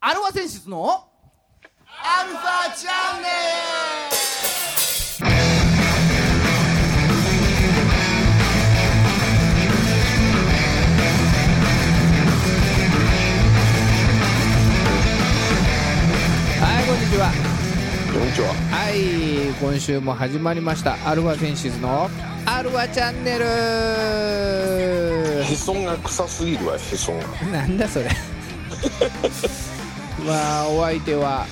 アルファ選出のアルファチャンネはいこんにちはこんにちははい今週も始まりましたアルファセンシズのアルファチャンネルへそが臭すぎるわへそが なんだそれまあお相手は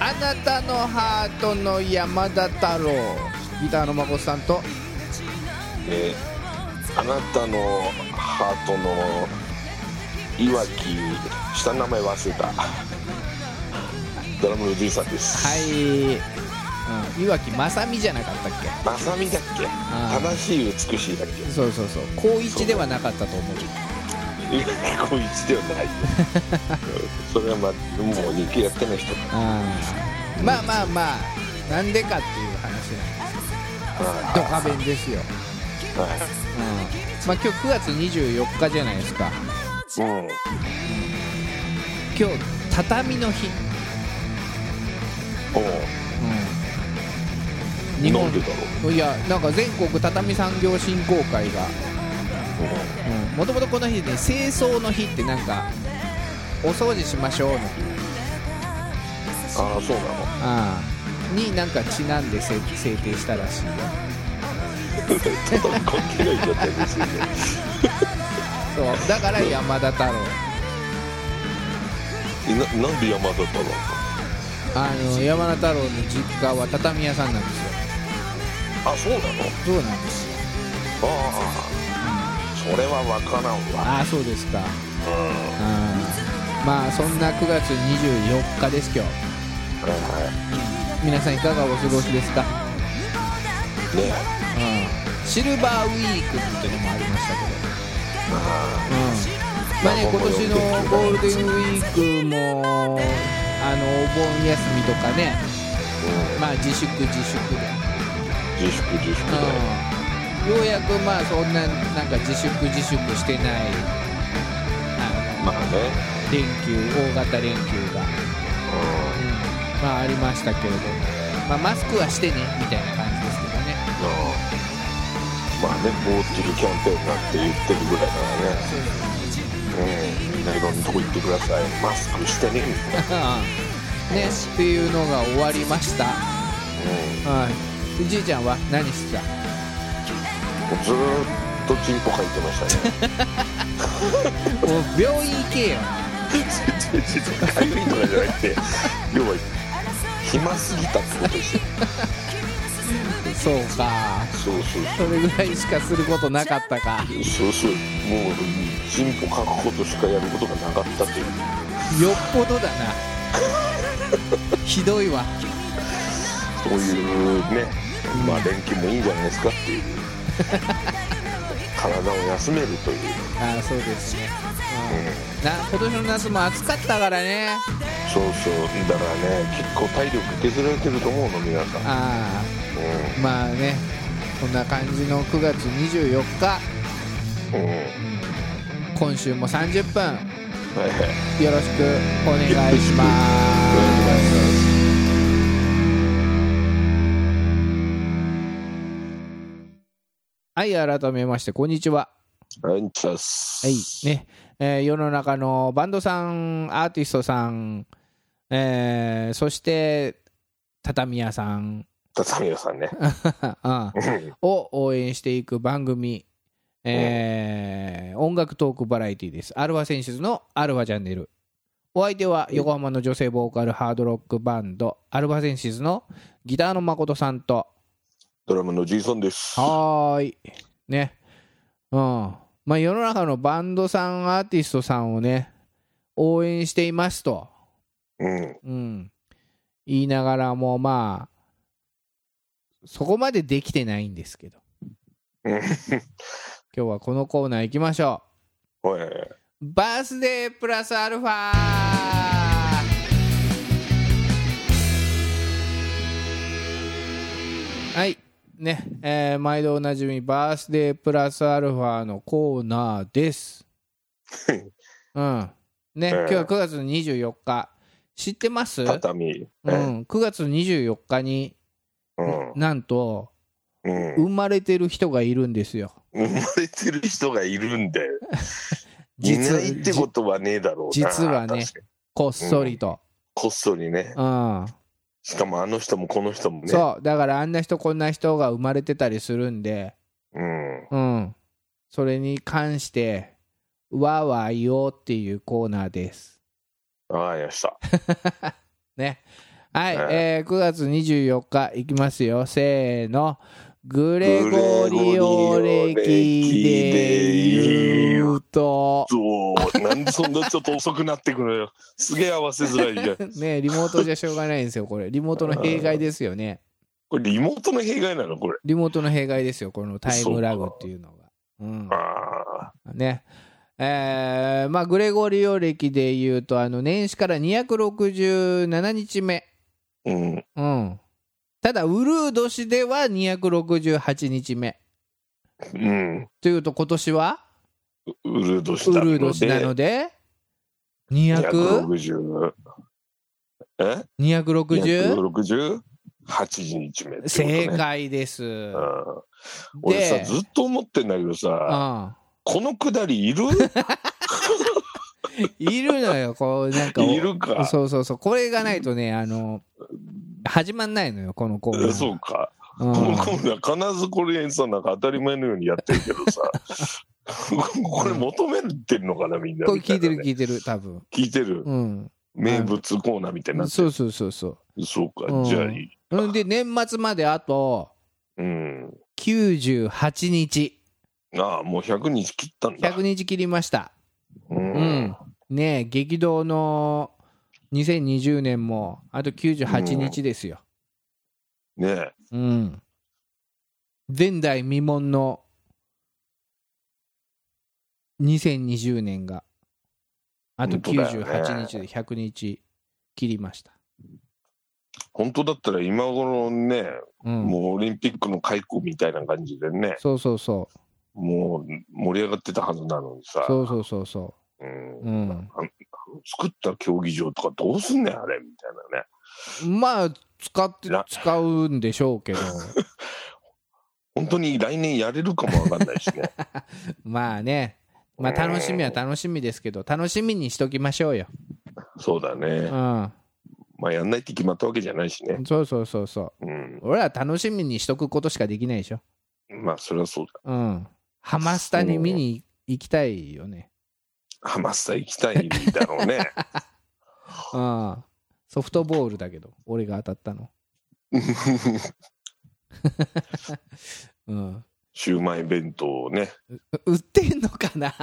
あなたのハートの山田太郎ギターの誠さんとえーあなたのハートのいわき下の名前忘れたドラムのおじいさんですはい、うん、いわきまさみじゃなかったっけまさみだっけあー正しい美しいだっけそうそうそう高一ではなかったと思うこいつではないそれはまあもう雪やってない人うんまあまあまあなんでかっていう話なんですよドカベンですよ、はいうんまあ、今日9月24日じゃないですかうん今日畳の日、おうん、うなんでだろいやなんか全国畳産業振興会がううんもともとこの日ね清掃の日ってなんかお掃除しましょうの日ああそうなのうんになんかちなんで制制定したらしいよた だ関係ないじゃないですよねそうだから山田太郎えななんで山だったのあの山田太郎の実家は畳屋さんなんですよあそうなのそうなんですよああそれは分からんわああそうですかううんんまあそんな9月24日です今日は皆さんいかがお過ごしですか、いねうん、シルバーウィークっていうのもありましたけどまうんまあね今年のゴールデンウィークもあのお盆休みとかねあ、まあ自粛自粛で、うん、自粛自粛でうん、ようやくまあそんななんか自粛自粛してないあのまあね連休大型連休が、うんまあありましたけれども、まあ、マスクはしてねみたいな感じですけどねうんまあね GoTo キャンペーンなんて言ってるぐらいだからねうんみんないろんなとこ行ってくださいマスクしてね みたいなねっていうのが終わりましたはいじいちゃんは何してたうんずーっとチンポ入ってました ねもう病院行けよかゆいとかじゃなくて要は暇すぎたってことですよそうかそうそうそれぐらいしかすることなかったかそうそうもう進歩書くことしかやることがなかったというよっぽどだなひどいわそういうねまあ連休もいいんじゃないですかっていう体を休めるという、ああそうですね、うんうん、な今年の夏も暑かったからねそうそうだからね結構体力削られてると思うの皆さん、うあん、あまあねこんな感じの9月24日うん今週も30分はいはいよろしくお願いしますはい改めましてこんにちはランチャスはいねえー世の中のバンドさんアーティストさん、えーそして畳屋さん 辰巳さんねうんうんを応援していく番組、えー音楽トークバラエティですアルファ選手のアルファチャンネルお相手は横浜の女性ボーカルハードロックバンドアルファセンシズのギターの誠さんと ドラムのジーソンですはーいねうんまあ世の中のバンドさんアーティストさんをね応援していますと、うんうん、言いながらもまあそこまでできてないんですけどうん 今日はこのコーナー行きましょうおいバースデープラスアルファはいね、えー毎度おなじみバースデープラスアルファのコーナーですうんね、ええ今日は9月24日知ってます、う畳、うんん、9月24日にうんなんとうん、生まれてる人がいるんですよ生まれてる人がいるんでい実ないってことはねえだろうな実はね確かにこっそりと、こっそりねうんしかもあの人もこの人もねそうだからあんな人こんな人が生まれてたりするんで、うん、うん、それに関して「わーわー言おう」っていうコーナーですわかりましたね。はい、ええー9月24日いきますよ。せーの。グレゴリオ歴で言うと、そうなんでそんなちょっと遅くなってくのよ すげえ合わせづらいじゃんね、リモートじゃしょうがないんですよ、これ。リモートの弊害ですよね。これリモートの弊害なのこれリモートの弊害ですよ、このタイムラグっていうのが。うんあ、あね。えーまあ、グレゴリオ歴で言うと、あの、年始から267日目。うんうん。ただ、ウルー年では268日目。うんというと今年はウルードしウたルーの年なでので 200? 260え 260? 268日目ってことね正解です。でうん俺さずっと思ってんだけどさこのくだりいるうん、いるのよ、こう、なんか、いるかそうそうそう、これがないとね、あの、始まんないのよ、このコーナー。そうかうこのんコーナー必ずこれさなんか当たり前のようにやってるけどさ これ求めてるのかなみんなこれ聞いてる、み聞いてる、多分たいなね聞いてるうん。名物コーナーみたいになってそうそうそうそそうか、うんじゃあいい。う。うんで、年末まであとうん。 98日。ああ、もう100日切ったんだ。 100日切りました。うん。うん、ねえ激動の2020年もあと98日ですよ。ねえ。うん、前代未聞の2020年があと本当だよね98日で100日切りました。本当だったら今頃ね、うん、もうオリンピックの開校みたいな感じでね、そうそうそうもう盛り上がってたはずなのにさ、そうそうそうそうう、うんん、作った競技場とかどうすんねん、あれみたいなね。まあ使ってな使うんでしょうけど 本当に来年やれるかもわかんないしね。 まあねまあ楽しみは楽しみですけど楽しみにしときましょうよ。そうだうね。んまあやんないって決まったわけじゃないしね。そうそうそうそう。うん。俺ら楽しみにしとくことしかできないでしょ。まあそれはそううん。ハマスタに見に行きたいよね。だ。ハマスタ行きたいだろ うね。うん。ソフトボールだけど、俺が当たったの。うん。シューマイ弁当をね。 売ってんのかな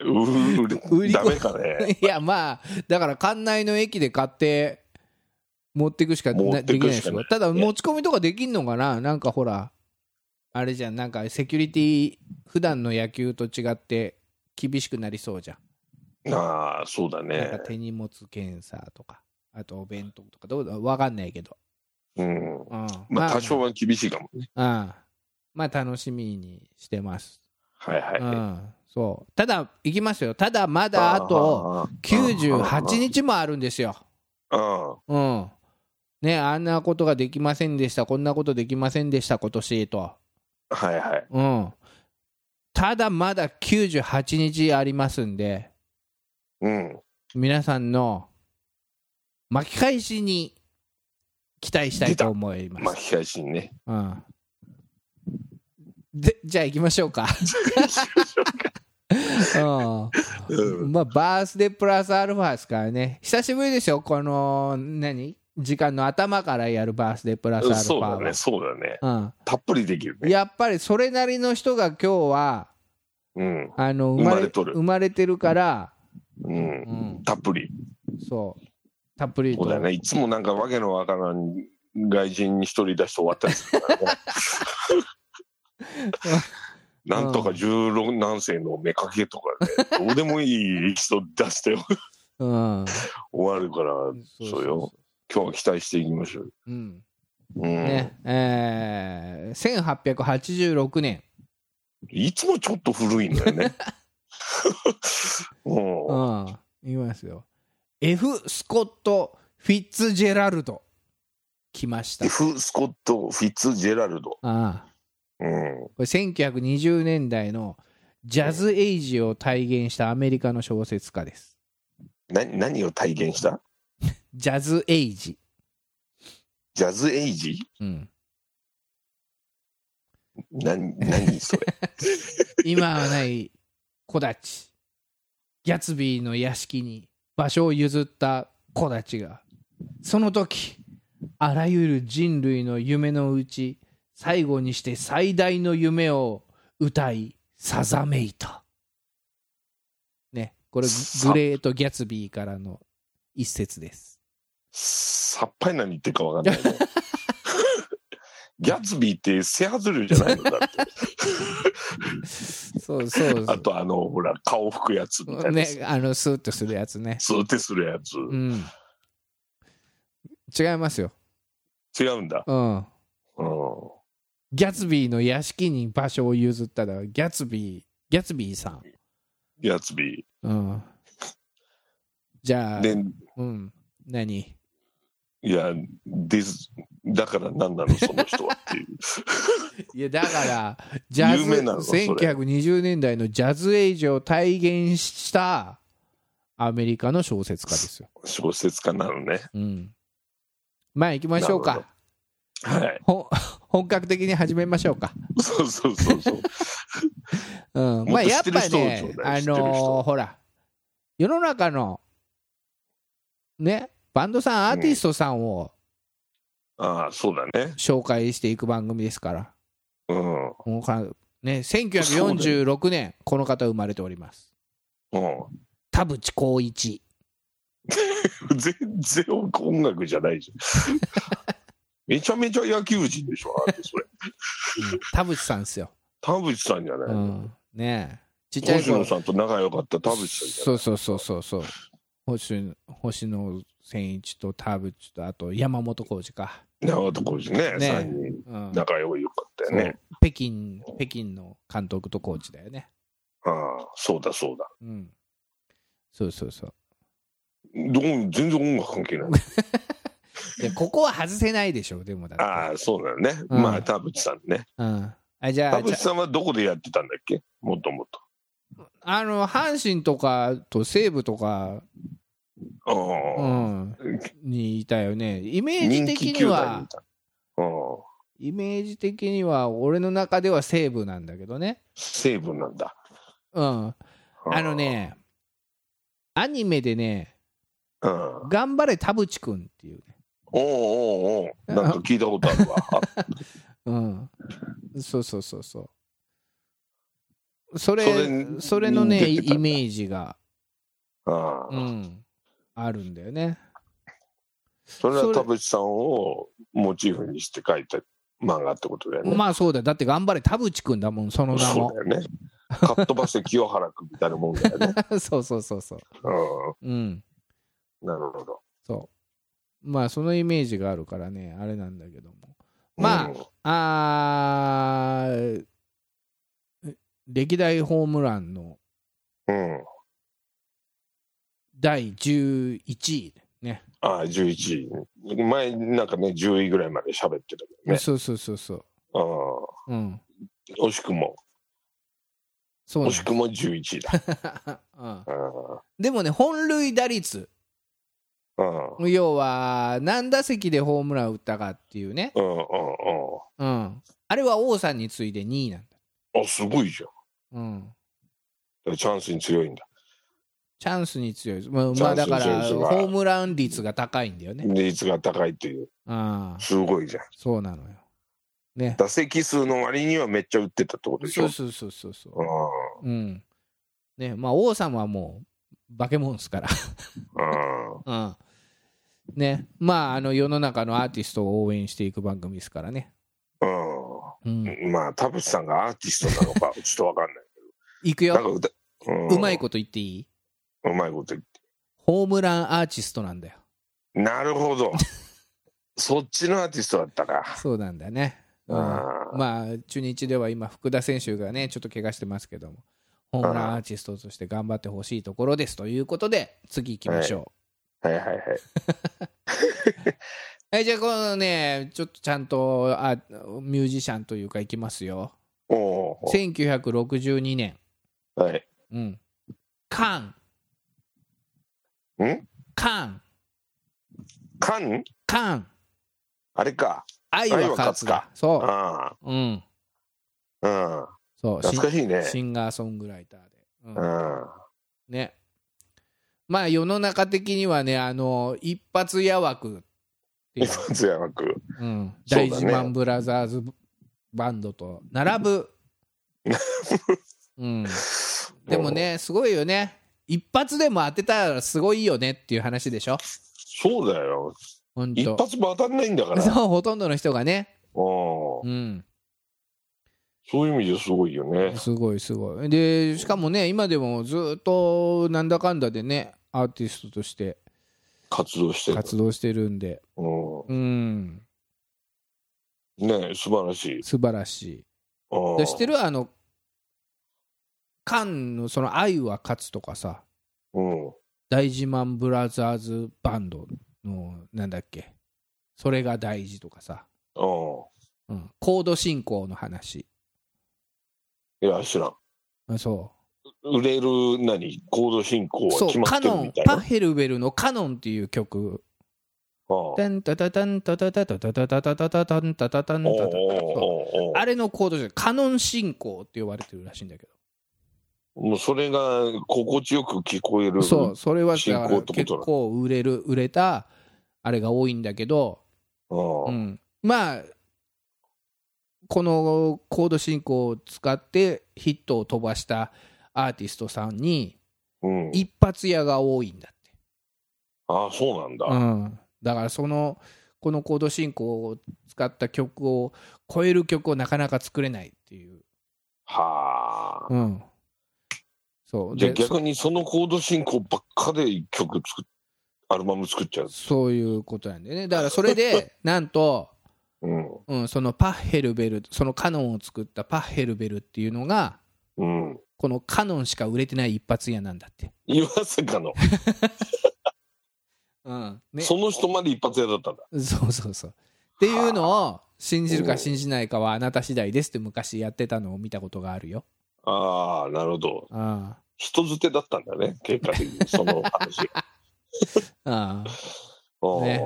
う売り子ーダメかね。 いや、まあ、だから館内の駅で買って、持ってくしかな持っでてきないくでししかないょ。ただ、持ち込みとかできんのかななんかほら、あれじゃん、なんかセキュリティ、普段の野球と違って厳しくなりそうじゃん。ああ、そうだなんかね。手荷物検査とか、あとお弁当とか、どうだわかんないけど。うん。うん、まあ、多少は厳しいかもね。うんまあ、楽しみにしてます。はいうんはそうただ、いきますよ。ただ、まい。だあとあ98日もあるんですよ。あ。ああうん。ね、あんなことができませんでした、こんなことできませんでした、今年と。はいはい。うん。ただ、まだ98日ありますんで、うん。皆さんの巻き返しに期待したいと思います。巻き返しにね。うんでじゃあ行きましょうか。う、うん んまあバースデープラスアルファですからね久しぶりでしょこの何時間の頭からやるバースデープラスアルファそうはだね、そうだね。たっぷりできるうん、ね。やっぱりそれなりの人が今日はうん。あの生まれ生まれとる生まれてるから、う。うんん、たっぷり。そうたっぷりそうとだね。いつもなんかわけのわからん外人に一人出して終わったりするからね。 なんとか16何世の目かけとかね、どうでもいい人出して うん、終わるから、そうそうよ今日は期待していきましょう。うんうんねえー、1886年 いつもちょっと古いんだよね。うんうん言いますよ F ・スコット・フィッツジェラルド来ました F ・スコット・フィッツジェラルド、ああうん、これ1920年代のジャズ・エイジを体現したアメリカの小説家ですな何を体現したジャズ・エイジ、ジャズ・エイジうん、な何それ今はない子たちギャツビーの屋敷に場所を譲った子たちがその時あらゆる人類の夢のうち最後にして最大の夢を歌いさざめいたねこれさグレート・ギャツビーからの一節ですさっぱり何言ってるかわかんないね ギャツビーって背外れじゃないのだってそうそうそあとあのほら顔拭くやつみたういなねやつ、あのスーッとするやつねそうてするやつ、うん違いますよ違うんだ、うんうん、ギャツビーの屋敷に場所を譲ったら、ギャツビー、ギャツビーさん。ギャツビうん。じゃーあ、でうん。何 いやですだから何なのその人はっていう いや、だから、ジャズ、有名なのそれ1920年代のジャズエイジを体現したアメリカの小説家ですよ。小説家なのねうん。前行きましょうなるか。はいほん 本格的に始めましょうか。そうそうそうそううん。もまあ、っと知やっってるぱ人をちょねう、だあい知ってる人のーほら、世の中の、ね、バンドさん、アーティストさんを、ああそうだね紹介していく番組ですから、うんうもうかね、1946年、この方生まれております。田淵光一。ん全然音楽じゃないじゃんめちゃめちゃ野球人でしょあれそれ田淵さんですよ。田淵さんじゃなうい、ん、ねえちっちゃい星頃野。さんと仲良かった田淵さんじゃないそうそうそうそうそう。星星野千一と田淵と、あと山本浩二か。長門浩二ねね三人うん仲良かったよそうね北京北京の監督とコーチだよね。ああそうだそうだうん、そうそうそう。どう全然音楽関係ない でここは外せないでしょ、でもだって。ああそうだよね、うんまあ田淵さんねうん、あじゃあ田淵さんはどこでやってたんだっけもともとあの阪神とかと西武とか、うああん、にいたよねイメージ人気的に球団はにいたああイメージ的には俺の中では西武なんだけどね、成分なんだうん、あのねアニメでねう「ん頑張れ田淵くん」っていうね、おうおうおうなんか聞いたことある わうん、そうそうそうそうそれそそれれのねに出てたんだイメージが、あうあん、あるんだよねそれそれは田淵さんをモチーフにして書いた漫画ってことだよねまあそうだよだって頑張れ田淵くんだもんその名そもうだよねかっ飛ばせ清原君みたいなもんだ よねそうそうそうそうううんんなるほどそう。まあ、そのイメージがあるからね、あれなんだけども。まあうんあーえ歴代ホームランのうん、第11位ね。ああ11位前なんかね10位ぐらいまで喋ってたけどねそうそうそうそう。ああうん。惜しくもそう惜なんしくも11位だ うん、あでもね、本塁打率、あうん要は何打席でホームラン打ったかっていうね、うんうんうんうん、あれは王さんに次いで2位なんだ、あすごいじゃんだうん、からチャンスに強いんだチャンスに強い、まあ、チまャあンスだにか強いらしホまあームラン率が高いんだよね、率が高いっていうああすごいじゃんそうなのよ。ね。打席数の割にはめっちゃ打ってたってことでしそょうそうそうそうそうう。うん。ね、まあ王さんはもう化け物ですから。 んうんうん。ね、まああの世の中のアーティストを応援していく番組ですからね。ううん。ん、まあ田淵さんがアーティストなのかちょっとわかんないいくなんかよ。歌うんうまいこと言っていいうまいこと言ってホームランアーティストなんだよ。なるほどそっちのアーティストだったかそうなんだね。うんあーまあ中日では今福田選手がねちょっと怪我してますけどもホームランアーティストとして頑張ってほしいところですということで次行きましょはいはいはい。う、はい、じゃあこのねちょっとちゃんとあミュージシャンというか行きますよおおー。 1962年はい。うんカンんカンカンカンあれか。愛は勝つ愛は勝かつかそあううんあ。うん。そう懐かしいね。シンガーソングライターで、うんうん。ねまあ世の中的にはねあの一発屋枠っていう一、発やなく。うん、そうだ大ね事マンブラザーズバンドと並 ぶ、うん、でもねすごいよね一発でも当てたらすごいよねっていう話でしょそうだよ。ほん一と発も当たんないんだから。そうほとんどの人がね、うんうん、そういう意味ですごいよね。すごいすごいでしかもね今でもずっとなんだかんだでねアーティストとして活動してる。活動してるんでううんん。ね素晴らしい。素晴らしいうんで知ってるあのカンのその「愛は勝つ」とかさうん。大事マンブラザーズバンドのなんだっけそれが大事とかさ、うん。うん、コード進行の話いや、知らん。あそ売れる、何、コード進行うはそ決うまカってるノンみたいパな。ッヘルベルの「カノン」っていう曲「うんタンタタタンタタタタタタタタタタタンタタタンタおうタタ」そうおうおうおうあれのコードじゃカノン進行って呼ばれてるらしいんだけどもうそれが心地よく聞こえる。そうそれはだか進行らってこと結だ構売れる売れたあれが多いんだけど、うん。うん、まあこのコード進行を使ってヒットを飛ばしたアーティストさんにうん。一発屋が多いんだって、ああ、そうなんだ。うん、だからそのこのコード進行を使った曲を超える曲をなかなか作れないっていう、はあ。うん、そうじゃあで逆にそのコード進行ばっかで曲作っ、アルバム作っちゃうそ。そういうことなんだよねだからそれ でなんと、うん。うん、そのパッヘルベルそのカノンを作ったパッヘルベルっていうのがうん。このカノンしか売れてない一発屋なんだって。いまさかの、うんね、その人まで一発屋だったんだ。 そうそうそう。っていうのを信じるか信じないかはあなた次第ですって昔やってたのを見たことがあるよ。ああ、なるほど。あ人捨てだったんだね、結果的 に、そのあ話。ああああ、ね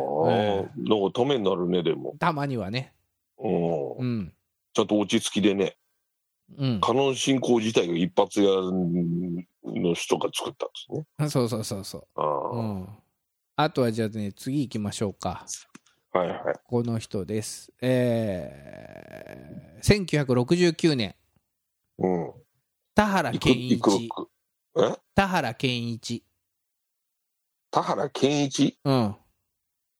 なんかためになるね、でも。たまにはね。う。うんん。ちゃんと落ち着きでね、うん。カノン進行自体が一発屋の人が作ったんですね。そうそうそうそああ、う。うん。あとはじゃあね、次行きましょうか。はいはい。この人です。えー、1969年、うん。田原いく健いくろ一。く。え田原健一。田原健一うん。う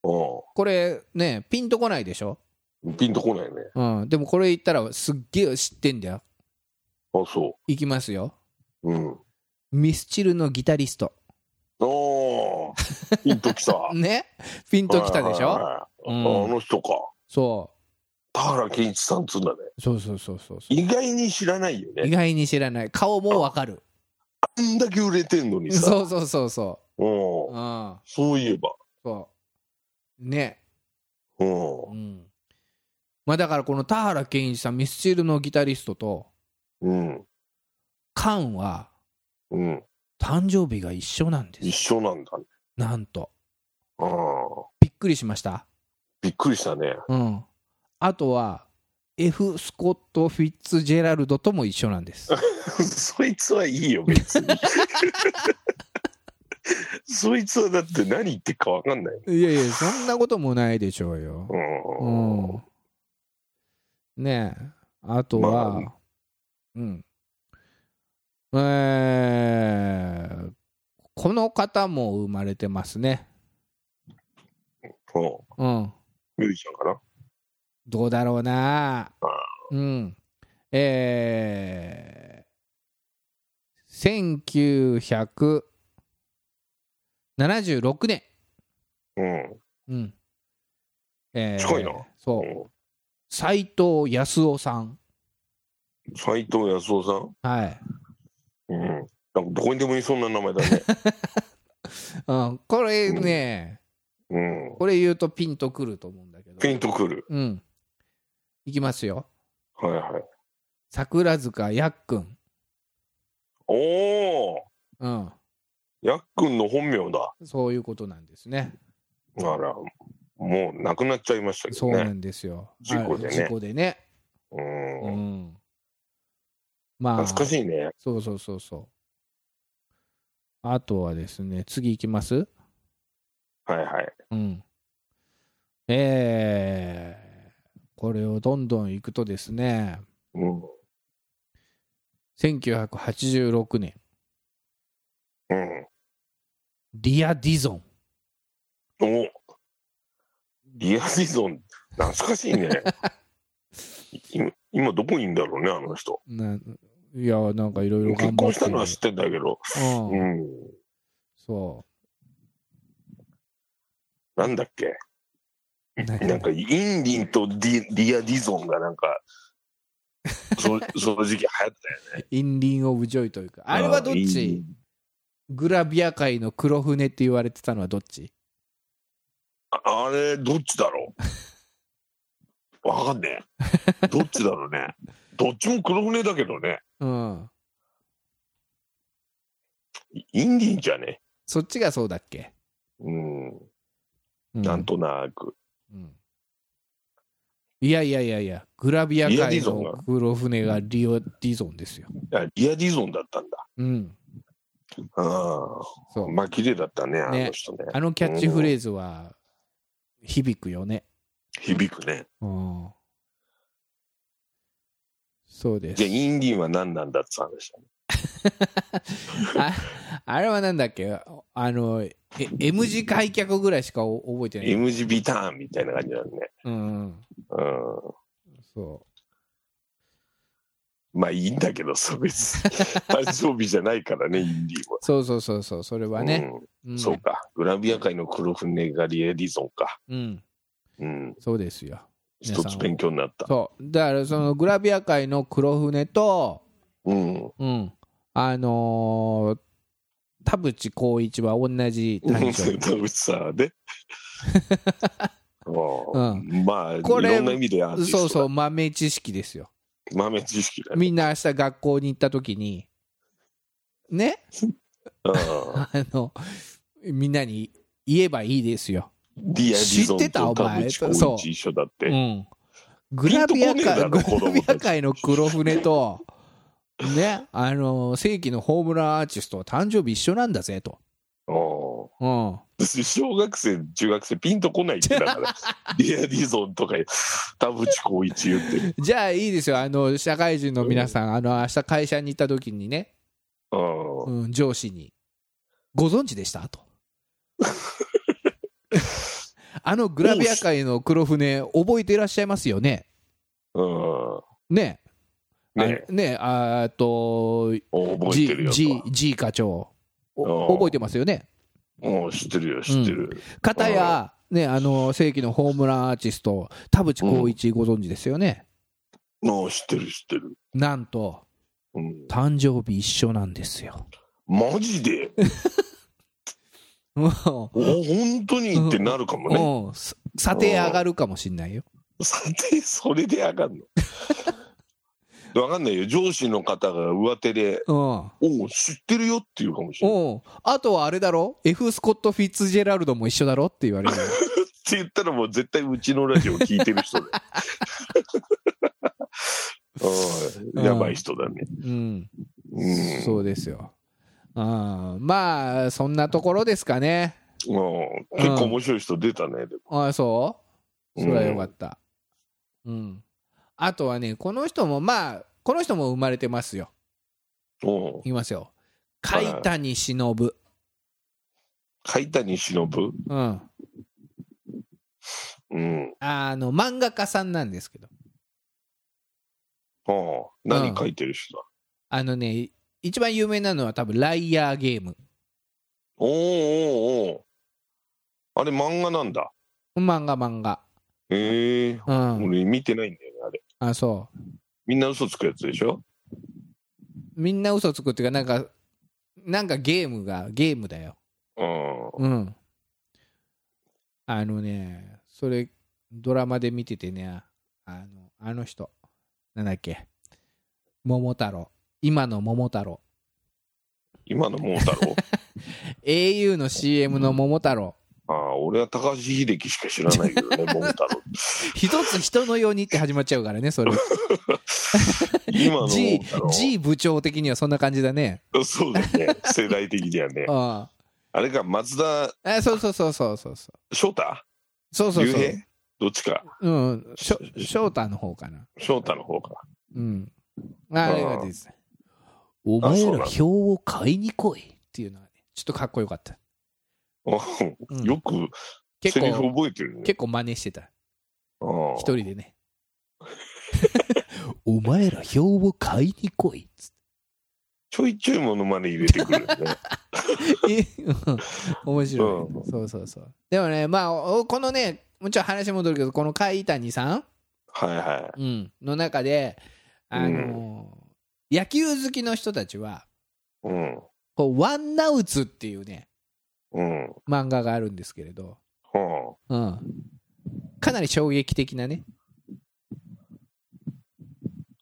これね、ピンとこないでしょん。ピンとこないね。うん。でもこれ言ったらすっげえ知ってんだよ。あそいきますよ。う。うん。ミスチルのギタリスト。おー、ピンときた。ねピンときたでしはいょはいはいうんあの人か。そ田原健一さんっつうんだね。うそうそうそうそうそ意外に知らないよう。意ね。外に知らない。顔もわかる。あんだけ売れてんのにさ。。そうそうそうそうう。うんん。そういえば。そう。ね。うんう。ん。まあだからこの田原健一さん、ミスチルのギタリストと、うん。カンはうん。誕生日が一緒なんで一す。緒なんだね。なんと。うん。びっくりしました。びっくりしたね。うん。あとは、F ・スコット・フィッツジェラルドとも一緒なん です。そいつはいいよ、別 に。そいつはだって何言ってるかわかんない。いやいや、そんなこともないでしょうよ。ううんん。ねえあとは、まあうんえーこの方も生まれてますねうんうんミュージシャンかな。どうだろうなあうんえー、1976年うん。うんえー近いなそう斎藤康夫さん斎藤康夫さんはいうん。なんかどこにでもいそうな名前だ ね。うん、これね、うん。これ言うとピンとくると思うんだけど。ピンとくる。うん。いきますよ。はいはい。桜塚やっくん。おーうん。やっくんの本名だ。そういうことなんですね。あら、もう亡くなっちゃいましたけそどうなね。んですよ。事故でねあ事故でね。う。うんん。まあ、懐かしいね。そうそうそうそう。あとはですね、次いきますはいはい。うん。えー、これをどんどんいくとですね、うん。 1986年、うん。リア・ディゾン。おリアリゾン、懐かしい ね。今今どこにいんだろうね、あの人。ないや、なんかいろいろ結頑張っ婚してたるのは知ってんだけど。うんうん。そなんだっけう。なんか、インリンとリリア・ディゾンがなんか、そ その時期流行ったよね。インリン・オブ・ジョイというか、あれはどっうんイちングラビア界の黒船って言われてたのはどっちああれ、どっちだろうわかんねえ。どっちだろうね。どっちも黒船だけどね。うん。インディンじゃね。そっちがそうだっけうん。うなんとなく。うんいやいやいやいや、グラビアリア界ディゾンがの黒船がリオ・ディゾンですよ。あリア・ディゾンだったんだ。うん。あそあ。う。まあ、綺麗だったね、あの人ね。あのキャッチフレーズは響くよね。響くね。うん。そうですじゃあ、。インディンは何なんだって話だね。ああれはなんだっけあの、え M 字開脚ぐらいしかお覚えてない。 MGB ターンみたいな感じだね。うん。うん。そまあいいんだけど、そう別 に。誕生日じゃないからね、インディーはう。そうそうそうそう、それはね。ううんん。そうか。グラビア界の黒船がリエディゾンか。うん。うん。そうですよ。皆一さんつ勉強になった。そう。だから、そのグラビア界の黒船と、うん。うん。あのー田淵光一は同じ誕生日。 田口さ んで。うん、まあ、これいろんな意味でアーティスト そうそうう、豆知識ですよ。豆知識だね。みんな明日学校に行った時に、ね、うんあの、みんなに言えばいいですよ。リエディゾン知ってたとお田前口浩一一緒だっうて。ん。グラビアピンとこねえ界、だろグ子ラビ供たアち界の黒船と、ね、あのー世紀のホームランアーティストは誕生日一緒なんだぜと。うんうん。私小学生、中学生、ピンとこないってだ から、リエディゾンとか、田淵浩一言って。じゃあいいですよ、あの、社会人の皆さん、あの、明日会社に行った時にね、うんうん、上司に「ご存知でした?」と。 あのグラビア界の黒船覚えていらっしゃいますよねうんねえねあねえあーっと覚えてる G, よ。 G, G 課長おうん覚えてますよねうん、知ってるよ、知ってる。片やねあの世紀のホームランアーティスト田淵光一ご存知ですよね、うん、知ってる、知ってる。なんとうん、誕生日一緒なんですよマジで、もお本当にってなるかもうね。もうさ査定上がるかもしんないよさて、それで上がん の。わかんないよ、上司の方が上手で、うんおう知ってるよって言うかもしれない。っうん。あとはあれだろ ?F ・スコット・フィッツジェラルドも一緒だろって言われる。 て言ったら、もう絶対うちのラジオ聞いてる人 で。うんやばい人だね。うん。うんそうですよ。あーまあ、そんなところですかね。うん結構面白い人出たね。でもああ、そううんそれはよかった。うん。あとはね、この人も、まあ、この人も生まれてますよ。うんいきますよ。はい海谷忍。海谷忍、うん。うん、あの、漫画家さんなんですけど。ああ、うん何書いてる人だ。あのね、一番有名なのは多分、ライアーゲーム。おーおーおーあれ漫画なんだ。漫画漫画。ええうん。俺見てないんだよね、あれ。あ、そう。みんな嘘つくやつでしょみんな嘘つくっていうかなんかなんかゲームがゲームだようんうんあのねそれドラマで見ててねあのあの人なんだっけ桃太郎今の桃太郎今の桃太 郎 au の CM の桃太郎ああ俺は高橋英樹しか知らないけどね桃 太郎一つ人のようにって始まっちゃうからね それ今の桃 G, 太郎 G 部長的にはそんな感じだね そうだね世代的には ねああれか松田あえそうそうそうそうそうそう翔太そうそう竜そう兵どっちかうんしょ翔太の方かな翔太の方かうん。あれがですね。お前ら表を買いに来いっていうのはね、ちょっとかっこよかった。ううんんよく結セリフ構、覚えてるね結構真似してた。うん一人でね。 お前ら表を買いに来いっつっちょいちょいモノマネ入れてくるよね て。うん 面白うい。そうそうそう。でもね、まあ、おこのね、もちろん話戻るけど、この海谷さん、はいはうん、の中で、あのー野球好きの人たちは、いうんこうワンナウツっていうね、うん漫画があるんですけれど、うんうん、かなり衝撃的なね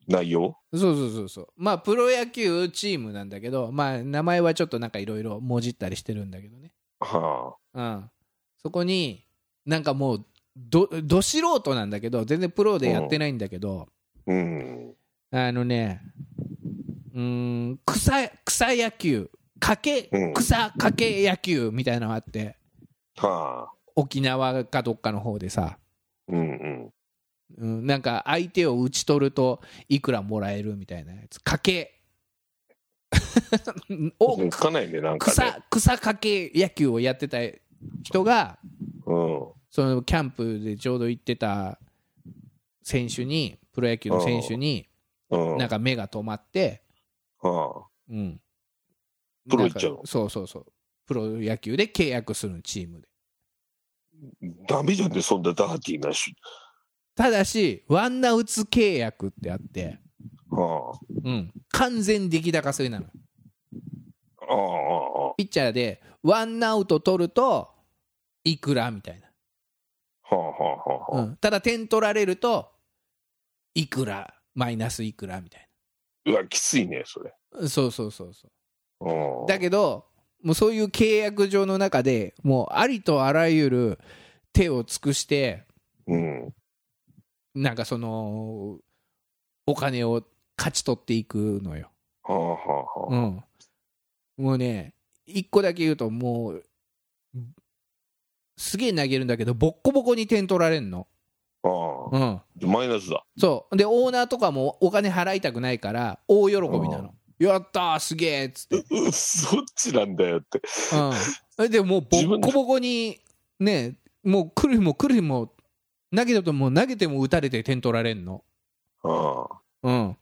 内容そうそうそうそうまあプロ野球チームなんだけどまあ名前はちょっとなんかいろいろもじったりしてるんだけどね、はうん、そこになんかもうどど素人なんだけど全然プロでやってないんだけど、あうんあのねうーん草草野球かけうん草かけ野球みたいなのがあってはあ沖縄かどっかの方でさ、うんうんうん、なんか相手を打ち取るといくらもらえるみたいなやつ賭 けをおっかないねなんかね草草賭け野球をやってた人がうんそのキャンプでちょうど行ってた選手にプロ野球の選手にうんなんか目が止まって、はうん、プロ行っちゃうのなんかそうそうそうプロ野球で契約するチームであダメじゃんねそんなダーティーなし、ただしワンナウツ契約ってあって、はうん、完全出来高制なのあああああピッチャーでワンアウト取るといくらみたいあはあはあはな、あうん、ただ点取られるといくらマイナスいくらみたいうわ、きついね、それ。なそうそうそうそううんだけどもうそういう契約上の中でもうありとあらゆる手を尽くしてうん。なんかそのお金を勝ち取っていくのよ、はあはあうはん、もうね一個だけ言うともうすげえ投げるんだけどボッコボコに点取られんのあ。ああうん、でマイナスだ。 そうでオーナーとかもお金払いたくないから大喜びなのやったーすげえっつって、うそっちなんだよって。うん、でもうボ自分ッコでボコにねもう来る日も来る日も投げたとも投げても打たれて点取られんの、ああ。うん、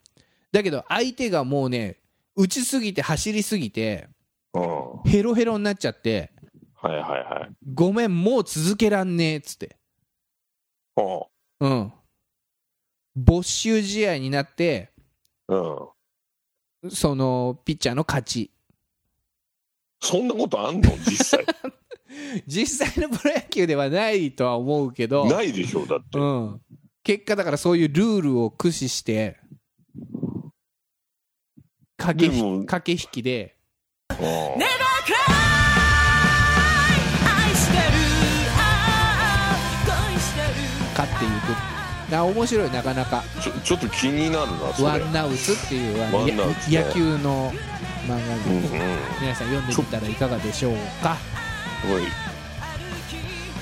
だけど相手がもうね打ちすぎて走りすぎてうん。はヘロヘロになっちゃっていはいはい。ごめんもう続けらんねえっつって、はうん、没収試合になってあ。うん。そのピッチャーの勝ちそんなことあんの 実際。実際のプロ野球ではないとは思うけど、ないでしょう、だって。うん、結果だからそういうルールを駆使して駆けで引もき駆け引きでうん勝っていくな面白いなかなかちょちょっと気になるな、そワれ。ンナウツっていうあのワやンナウツね野球の漫画です、うんうん。す皆さん読んでみたらいかがでしょうかごい。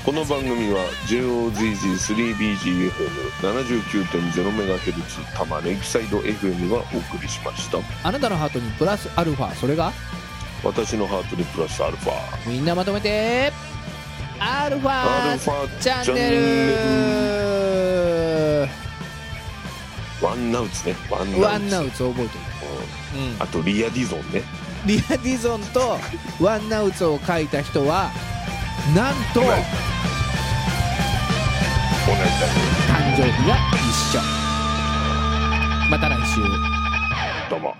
この番組は JOZZ3BGFM79.0MHz 多摩レイクサイド FM がお送りしました。あなたのハートにプラスアルファそれが私のハートにプラスアルファ。みんなまとめてアルフアルファァチャンネルワンナウツねワンナワンナウツウツ覚えておいてうんあとリアディゾンねリア・ディゾンとワンナウツを書いた人はなんと同じだね誕生日が一緒また来週どうも